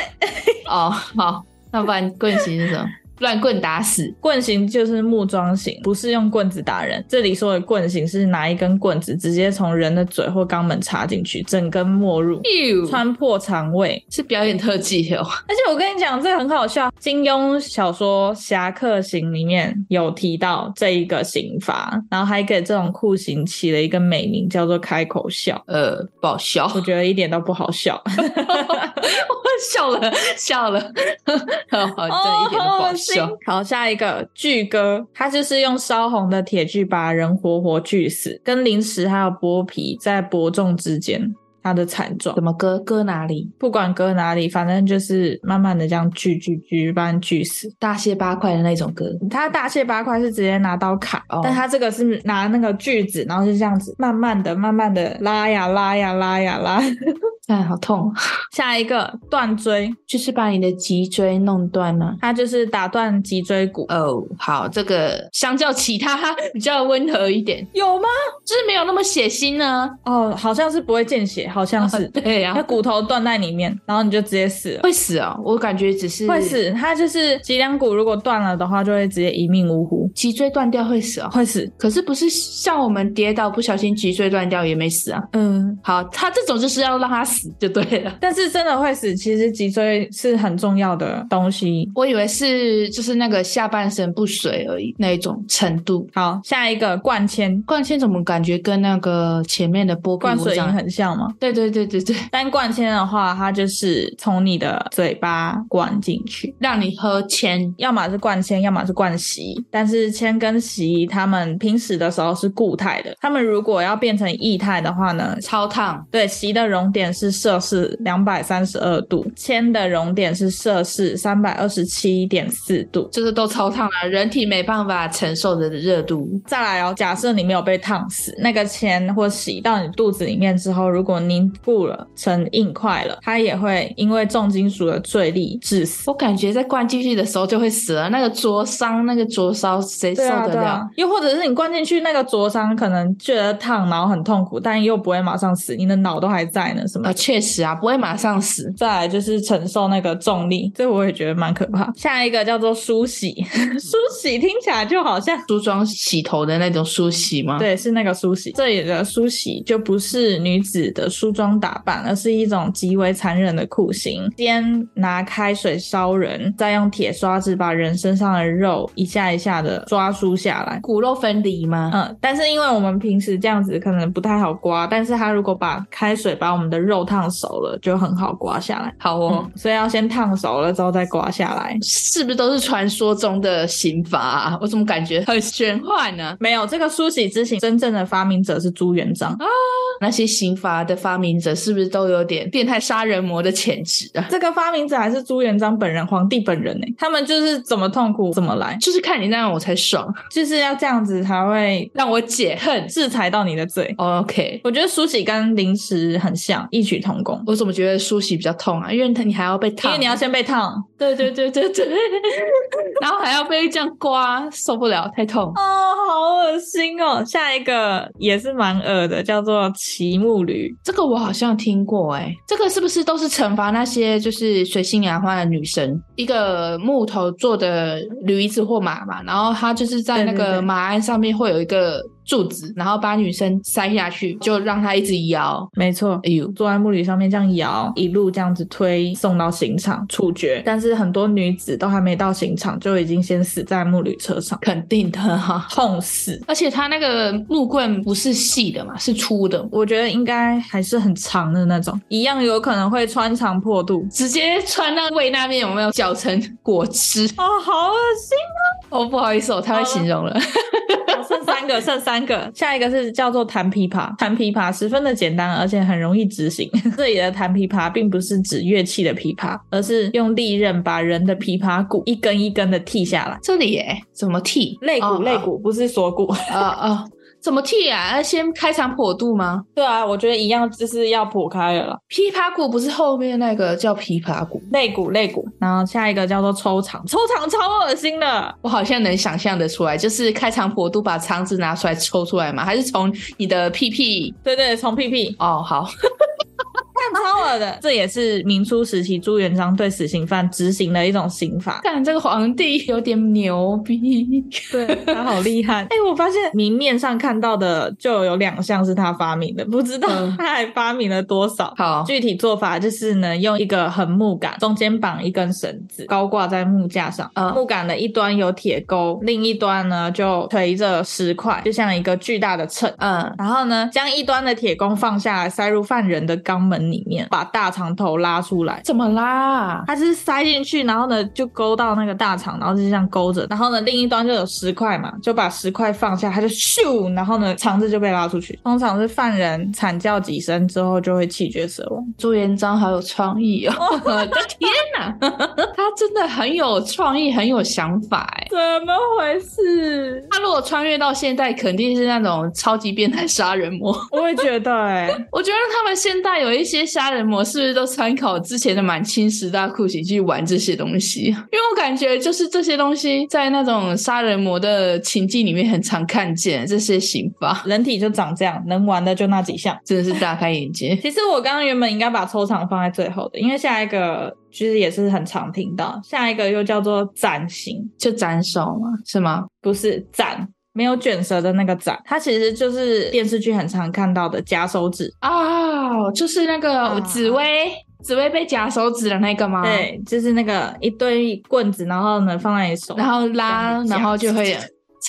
Speaker 1: 哦，好，那不然棍刑是什么？ 乱棍打死。
Speaker 2: 棍刑就是木桩刑，不是用棍子打人。这里说的棍刑是拿一根棍子直接从人的嘴或肛门插进去，整根没入，穿破肠胃。
Speaker 1: 是表演特技哦。
Speaker 2: 而且我跟你讲，这很好笑。金庸小说《侠客行》里面有提到这一个刑罚，然后还给这种酷刑起了一个美名，叫做“开口笑
Speaker 1: 呃，爆笑，”。
Speaker 2: 我
Speaker 1: 我
Speaker 2: 觉得一点都不好笑，
Speaker 1: 笑了，笑了， 好，这一点都不好笑。
Speaker 2: 哦好，下一个巨哥，他就是用烧红的铁锯把人活活锯死，跟零食还有剥皮在伯仲之间，他的惨状
Speaker 1: 怎。么割？割哪里？
Speaker 2: 不管搁哪里，反正就是慢慢的这样锯锯锯，把人锯死。
Speaker 1: 大卸八块的那种割。
Speaker 2: 他大卸八块是直接拿刀砍，
Speaker 1: 哦
Speaker 2: 但他这个是拿那个锯子，然后就这样子慢慢的、慢慢的拉呀拉呀拉呀拉。
Speaker 1: 哎，好痛！
Speaker 2: 下一个断椎，
Speaker 1: 就是把你的脊椎弄断吗？
Speaker 2: 他就是打断脊椎骨，
Speaker 1: 哦，好，这个相较其他比较温和一点，
Speaker 2: 有吗？
Speaker 1: 就是没有那么血腥呢。呃
Speaker 2: 哦，好像是不会见血，好像是。
Speaker 1: 对呀、
Speaker 2: 它骨头断在里面，然后你就直接死了。
Speaker 1: 会死哦，我感觉只是
Speaker 2: 会。死，它就是脊梁骨如果断了的话，就会直接一命呜呼，
Speaker 1: 脊椎断掉会死哦，
Speaker 2: 会死。
Speaker 1: 可是不是像我们跌倒不小心脊椎断掉也没死啊？
Speaker 2: 嗯，
Speaker 1: 好，他这种就是要让他死就对了。
Speaker 2: 但是真的会死，其实脊椎是很重要的东西。
Speaker 1: 我以为是就是那个下半身不遂而已那一种程度。
Speaker 2: 好，下一个灌铅，
Speaker 1: 冠千怎么感觉跟那个前面的波比
Speaker 2: 灌
Speaker 1: 我
Speaker 2: 水银
Speaker 1: 讲
Speaker 2: 很像吗？
Speaker 1: 对对对对对，
Speaker 2: 但灌铅的话，它就是从你的嘴巴灌进去，
Speaker 1: 让你喝铅
Speaker 2: 要么是灌铅，要么是灌洗。但是铅跟洗，它们平时的时候是固态的，它们如果要变成液态的话呢，
Speaker 1: 超烫，
Speaker 2: 对，席的熔点是摄氏两百三十二度，铅的熔点是摄氏三百二十七点四度。
Speaker 1: 这个都超烫了、人体没办法承受的热度。
Speaker 2: 再来哦，假设你没有被烫死，那个铅或洗到你肚子里面之后，如果凝固了成硬块了，它也会因为重金属的坠力致死。
Speaker 1: 我感觉在灌进去的时候就会死了，那个灼伤、那个灼烧，谁受
Speaker 2: 对啊，
Speaker 1: 得
Speaker 2: 对
Speaker 1: 了？
Speaker 2: 啊，又或者是你灌进去那个灼伤，可能觉得烫，然后很痛苦，但又不会马上死，你的脑都还在呢，什么的
Speaker 1: 呃，确实啊，不会马上死。
Speaker 2: 再来就是承受那个重力，这我也觉得蛮可怕。下一个叫做梳洗， 梳洗听起来就好像。
Speaker 1: 梳妆洗头的那种梳洗吗？，
Speaker 2: 对，是那个梳洗。这里的梳洗就不是女子的梳妆打扮，而是一种极为残忍的酷刑。先拿开水烧人，再用铁刷子把人身上的肉一下一下的抓梳下来。
Speaker 1: 骨肉分离吗？
Speaker 2: 嗯，但是因为我们平时这样子可能不太好刮，但是它如果把开水把我们的肉烫熟了，就很好刮下来。
Speaker 1: 好哦。
Speaker 2: 嗯，所以要先烫熟了之后再刮下来。
Speaker 1: 是不是都是传说中的刑罚、啊？我怎么感觉很玄幻啊呢、
Speaker 2: 没有这个梳洗之刑，真正的发明者是朱元璋。
Speaker 1: 那些刑罚的发明者是不是都有点变态杀人魔的潜质啊？
Speaker 2: 这个发明者还是朱元璋本人，皇帝本人呢、欸他们就是怎么痛苦怎么来，
Speaker 1: 就是看你那样我才爽，
Speaker 2: 就是要这样子才会
Speaker 1: 让我解恨。
Speaker 2: 制裁到你的罪。
Speaker 1: OK，
Speaker 2: 我觉得梳洗跟零食很像，异曲同工，
Speaker 1: 我怎么觉得梳洗比较痛啊？因为它你还要被烫，
Speaker 2: 因为你要先被烫。
Speaker 1: 对对对对对， 然后还要被这样刮，受不了，太痛。
Speaker 2: 哦，好恶心哦！下一个也是蛮恶的，叫做骑木驴。
Speaker 1: 这个我好像听过、欸，这个是不是都是惩罚那些就是水性杨花的女生？一个木头做的驴子或马嘛，然后它就是在那
Speaker 2: 对对对
Speaker 1: 个马鞍上面会有一个柱子，然后把女生塞下去，就让她一直摇。
Speaker 2: 没错，
Speaker 1: 哎呦，
Speaker 2: 坐在木驴上面这样摇，一路这样子推送到刑场处决。但是很多女子都还没到刑场，就已经先死在木驴车上，
Speaker 1: 肯定的哈、
Speaker 2: 痛死。
Speaker 1: 而且它那个木棍不是细的嘛，是粗的，
Speaker 2: 我觉得应该还是很长的那种，一样有可能会穿肠破肚。
Speaker 1: 直接穿到胃那边有没有绞成果汁？
Speaker 2: 哦，好恶心！
Speaker 1: 哦，不好意思、哦，我太会形容了。
Speaker 2: 好剩三个，剩三个。下一个是叫做弹琵琶，弹琵琶十分的简单，而且很容易执行。 这里的弹琵琶并不是指乐器的琵琶，而是用利刃把人的琵琶骨一根一根的剔下来。
Speaker 1: 这里耶，怎么剃？
Speaker 2: 肋骨，
Speaker 1: 哦
Speaker 2: 肋骨不是锁骨。
Speaker 1: 啊啊，哦怎么剃啊？要先开肠破肚吗？
Speaker 2: 对啊，我觉得一样，就是要剖开了啦。
Speaker 1: 琵琶骨不是后面那个叫琵琶骨？
Speaker 2: 肋骨，肋骨。然后下一个叫做抽肠，抽肠超恶心的。
Speaker 1: 我好像能想象得出来，就是开肠破肚，把肠子拿出来抽出来嘛，还是从你的屁屁？
Speaker 2: 对对，从屁屁。
Speaker 1: 哦，好，
Speaker 2: 看超恶 的，这也是明初时期朱元璋对死刑犯执行的一种刑法。
Speaker 1: 看这个皇帝有点牛逼。
Speaker 2: 对，他好厉害。 哎、我发现明面上看到的就有两项是他发明的，不知道
Speaker 1: 嗯
Speaker 2: 他还发明了多少。
Speaker 1: 好，
Speaker 2: 具体做法就是呢，用一个横木杆，中间绑一根绳子，高挂在木架上。
Speaker 1: 嗯
Speaker 2: 木杆的一端有铁钩，另一端呢就垂着石块，就像一个巨大的秤。
Speaker 1: 嗯，
Speaker 2: 然后呢，将一端的铁弓放下来，塞入犯人的肛门里面，把大肠头拉出来。
Speaker 1: 怎么啦？
Speaker 2: 它是塞进去，然后呢就勾到那个大肠，然后就这样勾着，然后呢另一端就有石块嘛，就把石块放下，它就咻，然后呢肠子就被拉出去。通常是犯人惨叫几声之后就会气绝身亡。
Speaker 1: 朱元璋好有创意 哦！我的天哪， 他真的很有创意，很有想法哎。
Speaker 2: 怎么回事？
Speaker 1: 他如果穿越到现代，肯定是那种超级变态杀人魔。
Speaker 2: 我也觉得哎、
Speaker 1: 我觉得他们现代有一些杀人魔，是不是都参考之前的满清十大酷刑去玩这些东西？因为我感觉就是这些东西在那种杀人魔的情境里面很常看见这些刑罚，
Speaker 2: 人体就长这样，能玩的就那几项。
Speaker 1: 真的是大开眼界。
Speaker 2: 其实我刚刚原本应该把抽场放在最后的，因为下一个其实也是很常听到，下一个又叫做斩刑，
Speaker 1: 就斩首嘛，是吗？
Speaker 2: 不是斩，没有卷舌的那个斩，它其实就是电视剧很常看到的夹手指。
Speaker 1: 哦，就是那
Speaker 2: 啊
Speaker 1: 个紫薇，紫薇被夹手指的那个吗？。
Speaker 2: 对，就是那个一堆棍子，然后呢放在你手，
Speaker 1: 然后
Speaker 2: 这
Speaker 1: 拉
Speaker 2: 样，夹
Speaker 1: 然后就会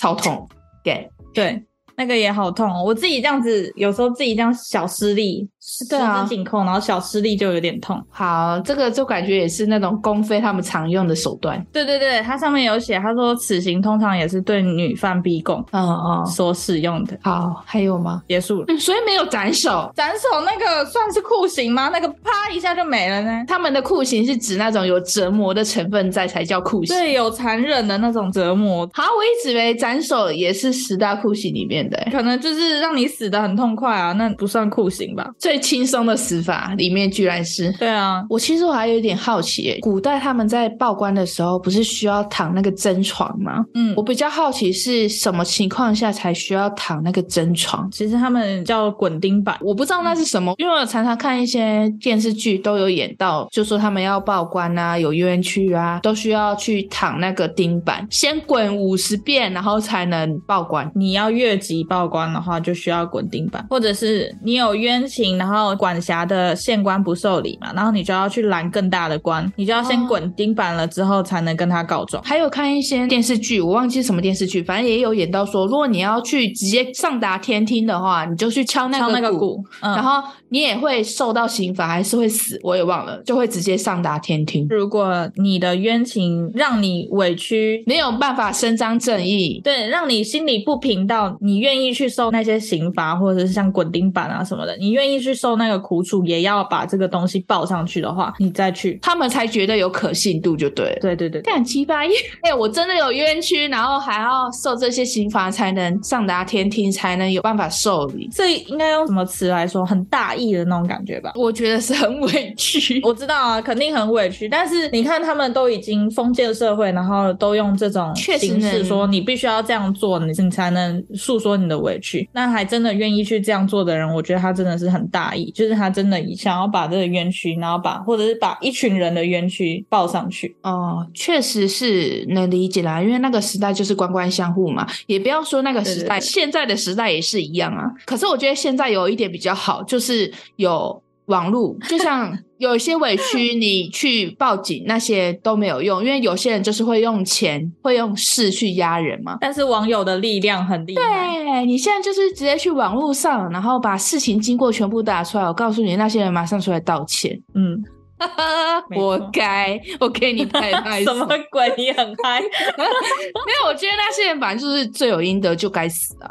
Speaker 1: 超痛。对，
Speaker 2: 对，那个也好痛、哦。我自己这样子，有时候自己这样小失力，十
Speaker 1: 对啊
Speaker 2: 指紧扣，然后小失力就有点痛。
Speaker 1: 好，这个就感觉也是那种公妃他们常用的手段。
Speaker 2: 对对对，它上面有写，他说此刑通常也是对女犯逼供
Speaker 1: 嗯嗯，
Speaker 2: 所使用的。
Speaker 1: 好，还有吗？
Speaker 2: 结束了。
Speaker 1: 嗯，所以没有斩首。
Speaker 2: 斩首那个算是酷刑吗？那个啪一下就没了呢？
Speaker 1: 他们的酷刑是指那种有折磨的成分在才叫酷刑。
Speaker 2: 对，有残忍的那种折磨，
Speaker 1: 好，我一直以为斩首也是十大酷刑里面的欸
Speaker 2: 可能就是让你死的很痛快啊，那不算酷刑吧？
Speaker 1: 最轻松的死法，里面居然是。
Speaker 2: 对啊，
Speaker 1: 我其实我还有一点好奇耶，古代他们在报官的时候不是需要躺那个真床吗？
Speaker 2: 嗯
Speaker 1: 我，比较好奇是什么情况下才需要躺那个真床。
Speaker 2: 其实他们叫滚钉板，
Speaker 1: 我不知道那是什么，因为我常常看一些电视剧都有演到，就说他们要报官啊，有冤屈啊，都需要去躺那个钉板，先滚五十遍，然后才能报官。
Speaker 2: 你要越级报官的话，就需要滚钉板，或者是你有冤情，然后管辖的县官不受理嘛，然后你就要去拦更大的官，你就要先
Speaker 1: 哦
Speaker 2: 滚钉板了之后，才能跟他告状。
Speaker 1: 还有看一些电视剧，我忘记什么电视剧，反正也有演到说，如果你要去直接上达天听的话，你就去敲那个
Speaker 2: 敲那个
Speaker 1: 鼓
Speaker 2: 鼓，嗯，
Speaker 1: 然后你也会受到刑罚，还是会死，我也忘了，就会直接上达天庭，
Speaker 2: 如果你的冤情让你委屈，
Speaker 1: 没有办法伸张正义。
Speaker 2: 对，让你心里不平到你愿意去受那些刑罚，或者是像滚钉板啊什么的，你愿意去受那个苦楚，也要把这个东西报上去的话，你再去。
Speaker 1: 他们才觉得有可信度，就对了。
Speaker 2: 对对对，
Speaker 1: 干鸡巴！ 哎、我真的有冤屈，然后还要受这些刑罚，才能上达天庭，才能有办法受理。
Speaker 2: 这应该用什么词来说？很大意的那种感觉吧。
Speaker 1: 我觉得是很委屈。
Speaker 2: 我知道啊，肯定很委屈，但是你看他们都已经封建社会，然后都用这种
Speaker 1: 确实
Speaker 2: 形式
Speaker 1: 能
Speaker 2: 说你必须要这样做，你你才能诉说你的委屈。那还真的愿意去这样做的人，我觉得他真的是很大意，就是他真的想要把这个冤屈，然后把或者是把一群人的冤屈报上去。
Speaker 1: 哦，确实是能理解啦，因为那个时代就是官官相护嘛，也不要说那个时代，
Speaker 2: 对对对
Speaker 1: 现在的时代也是一样啊。可是我觉得现在有一点比较好，就是有网络，就 像有一些委屈你去报警那些都没有用，因为有些人就是会用钱、会用势去压人嘛。
Speaker 2: 但是网友的力量很厉害。
Speaker 1: 对你现在就是直接去网络上，然后把事情经过全部打出来，我告诉你，那些人马上出来道歉。
Speaker 2: 嗯， 没错
Speaker 1: 活该，我给 你拍拍手
Speaker 2: 什么鬼？你很嗨？
Speaker 1: 没有，我觉得那些人本来就是罪有应得，就该死啊！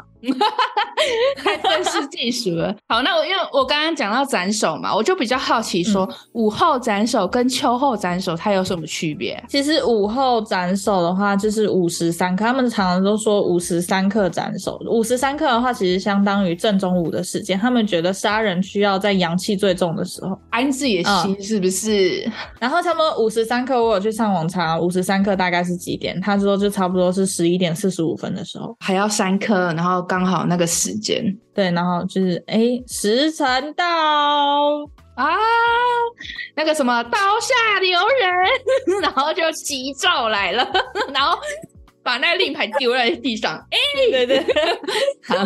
Speaker 1: 太愤世嫉俗了。好，那我因为我刚刚讲到斩首嘛，我就比较好奇说，
Speaker 2: 嗯
Speaker 1: 午后斩首跟秋后斩首它有什么区别？
Speaker 2: 其实午后斩首的话，就是五十三刻，他们常常都说五十三刻斩首。五十三刻的话，其实相当于正中午的时间，他们觉得杀人需要在阳气最重的时候。
Speaker 1: 安自己的
Speaker 2: 嗯
Speaker 1: 心是不是？
Speaker 2: 然后他们五十三刻，我有去上网查五十三刻大概是几点，他说就差不多是十一点四十五分的时候。
Speaker 1: 还要三颗，然后刚好那个时间
Speaker 2: 对，然后就是哎，时辰到，
Speaker 1: 啊，那个什么刀下留人， 然后就急召来了， 然后把那个令牌丢在地上。哎、
Speaker 2: 对对，
Speaker 1: 好，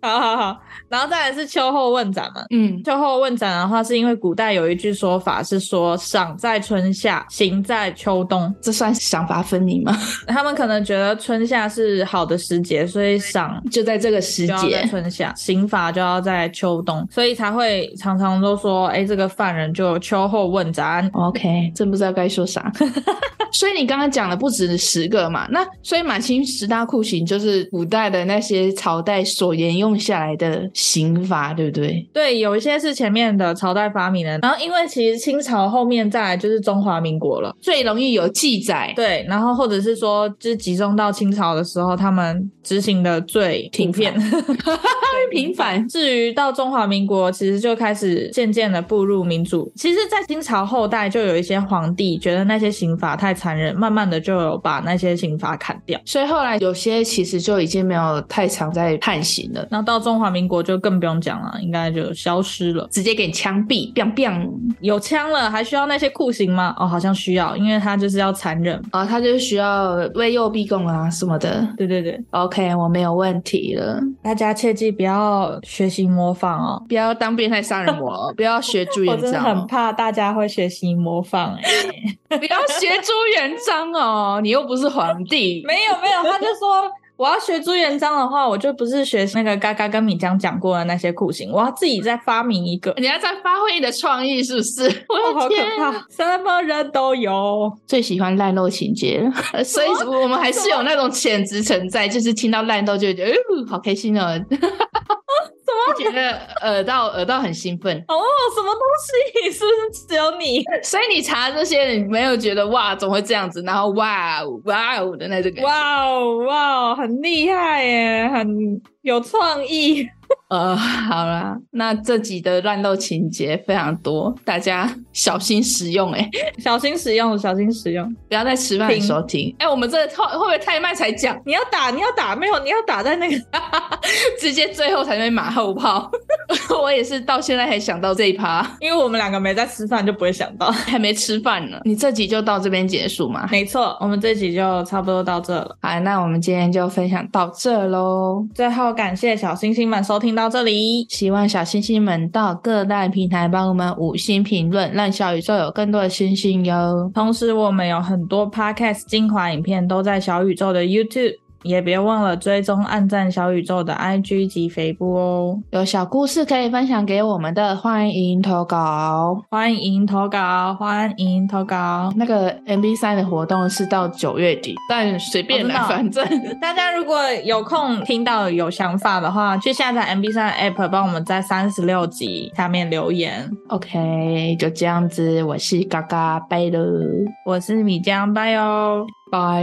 Speaker 2: 好好 好。然后再来是秋后问斩嘛，
Speaker 1: 嗯，
Speaker 2: 秋后问斩的话，是因为古代有一句说法是说“赏在春夏，刑在秋冬
Speaker 1: 这算赏罚分明吗？”，
Speaker 2: 他们可能觉得春夏是好的时节，所以赏。
Speaker 1: 就在这个时
Speaker 2: 就要在
Speaker 1: 节，
Speaker 2: 春夏，刑罚就要在秋冬，所以才会常常都说，哎、这个犯人就秋后问斩。
Speaker 1: OK，真不知道该说啥。 所以你刚刚讲的不止十个嘛？那所以满清十大酷刑就是古代的那些朝代所沿用下来的刑罚，对不对？
Speaker 2: 对，有一些是前面的朝代发明的，然后因为其实清朝后面再来就是中华民国了，
Speaker 1: 最容易有记载，
Speaker 2: 对，然后或者是说，就是集中到清朝的时候，他们执行的最普
Speaker 1: 频
Speaker 2: 遍
Speaker 1: 繁。 频繁
Speaker 2: 至于到中华民国，其实就开始渐渐的步入民主。其实，在清朝后代，就有一些皇帝觉得那些刑罚太残忍，慢慢的就有把那些刑罚砍掉。
Speaker 1: 所以后来有些其实就已经没有太常在判刑了，
Speaker 2: 那到中华民国就更不用讲了，应该就消失了。
Speaker 1: 直接给你枪毙，biang biang。
Speaker 2: 有枪了，还需要那些酷刑吗？哦，好像需要，因为他就是要残忍。
Speaker 1: 啊、他就需要为右逼供啊什么的。
Speaker 2: 对对对，
Speaker 1: OK，我没有问题了。
Speaker 2: 大家切记不要学习模仿哦。
Speaker 1: 不要当变态杀人魔 哦，不要学朱
Speaker 2: 我
Speaker 1: 元
Speaker 2: 真的
Speaker 1: 璋
Speaker 2: 很
Speaker 1: 哦，
Speaker 2: 怕大家会学习模仿、欸，
Speaker 1: 不要学朱元璋哦，你又不是皇帝。
Speaker 2: 没有没有，他就说我要学朱元璋的话，我就不是学那个嘎嘎跟米江讲过的那些酷刑，我要自己再发明一个。
Speaker 1: 你要再发挥你的创意，是不是？
Speaker 2: 哦，
Speaker 1: 我的
Speaker 2: 好可
Speaker 1: 天，啊
Speaker 2: 怕，什么人都有。哦
Speaker 1: 最喜欢烂肉情节了，呃 所以我们还是有那种潜质存在，就是听到烂肉就会觉得，哦，好开心 哦，怎么觉得耳到耳到很兴奋？
Speaker 2: 哦，什么东西？ 是不是只有你？
Speaker 1: 所以你查这些，你没有觉得哇，怎么会这样子？然后哇哦哇哦的那种感觉，
Speaker 2: 哇哦哇哦，很厉害耶，很有创意。
Speaker 1: 呃，好啦，那这集的乱斗情节非常多，大家小心使用、欸，
Speaker 2: 小心使用，小心使用。
Speaker 1: 不要在吃饭的时候听。哎、我们这会会不会太慢才讲，
Speaker 2: 你要打，你要打，没有，你要打在那个。
Speaker 1: 直接最后才被马后炮？ 我也是到现在还想到这一趴，
Speaker 2: 因为我们两个没在吃饭，就不会想到。
Speaker 1: 还没吃饭呢。你这集就到这边结束嘛？
Speaker 2: 没错，我们这集就差不多到这了。
Speaker 1: 好，那我们今天就分享到这喽。
Speaker 2: 最后感谢小星星们收听到这里。
Speaker 1: 希望小星星们到各大平台帮我们五星评论，让小宇宙有更多的星星哟。
Speaker 2: 同时，我们有很多 podcast 精华影片都在小宇宙的 YouTube，也别忘了追踪、按赞小宇宙的 IG 及肥波哦。
Speaker 1: 有小故事可以分享给我们的，欢迎投稿。
Speaker 2: 欢迎投稿，欢迎投稿。
Speaker 1: 那个 MB 三的活动是到九月底，但随便啦，
Speaker 2: 哦
Speaker 1: 反正
Speaker 2: 大家如果有空听到有想法的话，去下载 MB 三 App，帮我们在三十六集下面留言。
Speaker 1: OK，就这样子。我是嘎嘎，拜了，
Speaker 2: 我是米江，拜哦，
Speaker 1: 拜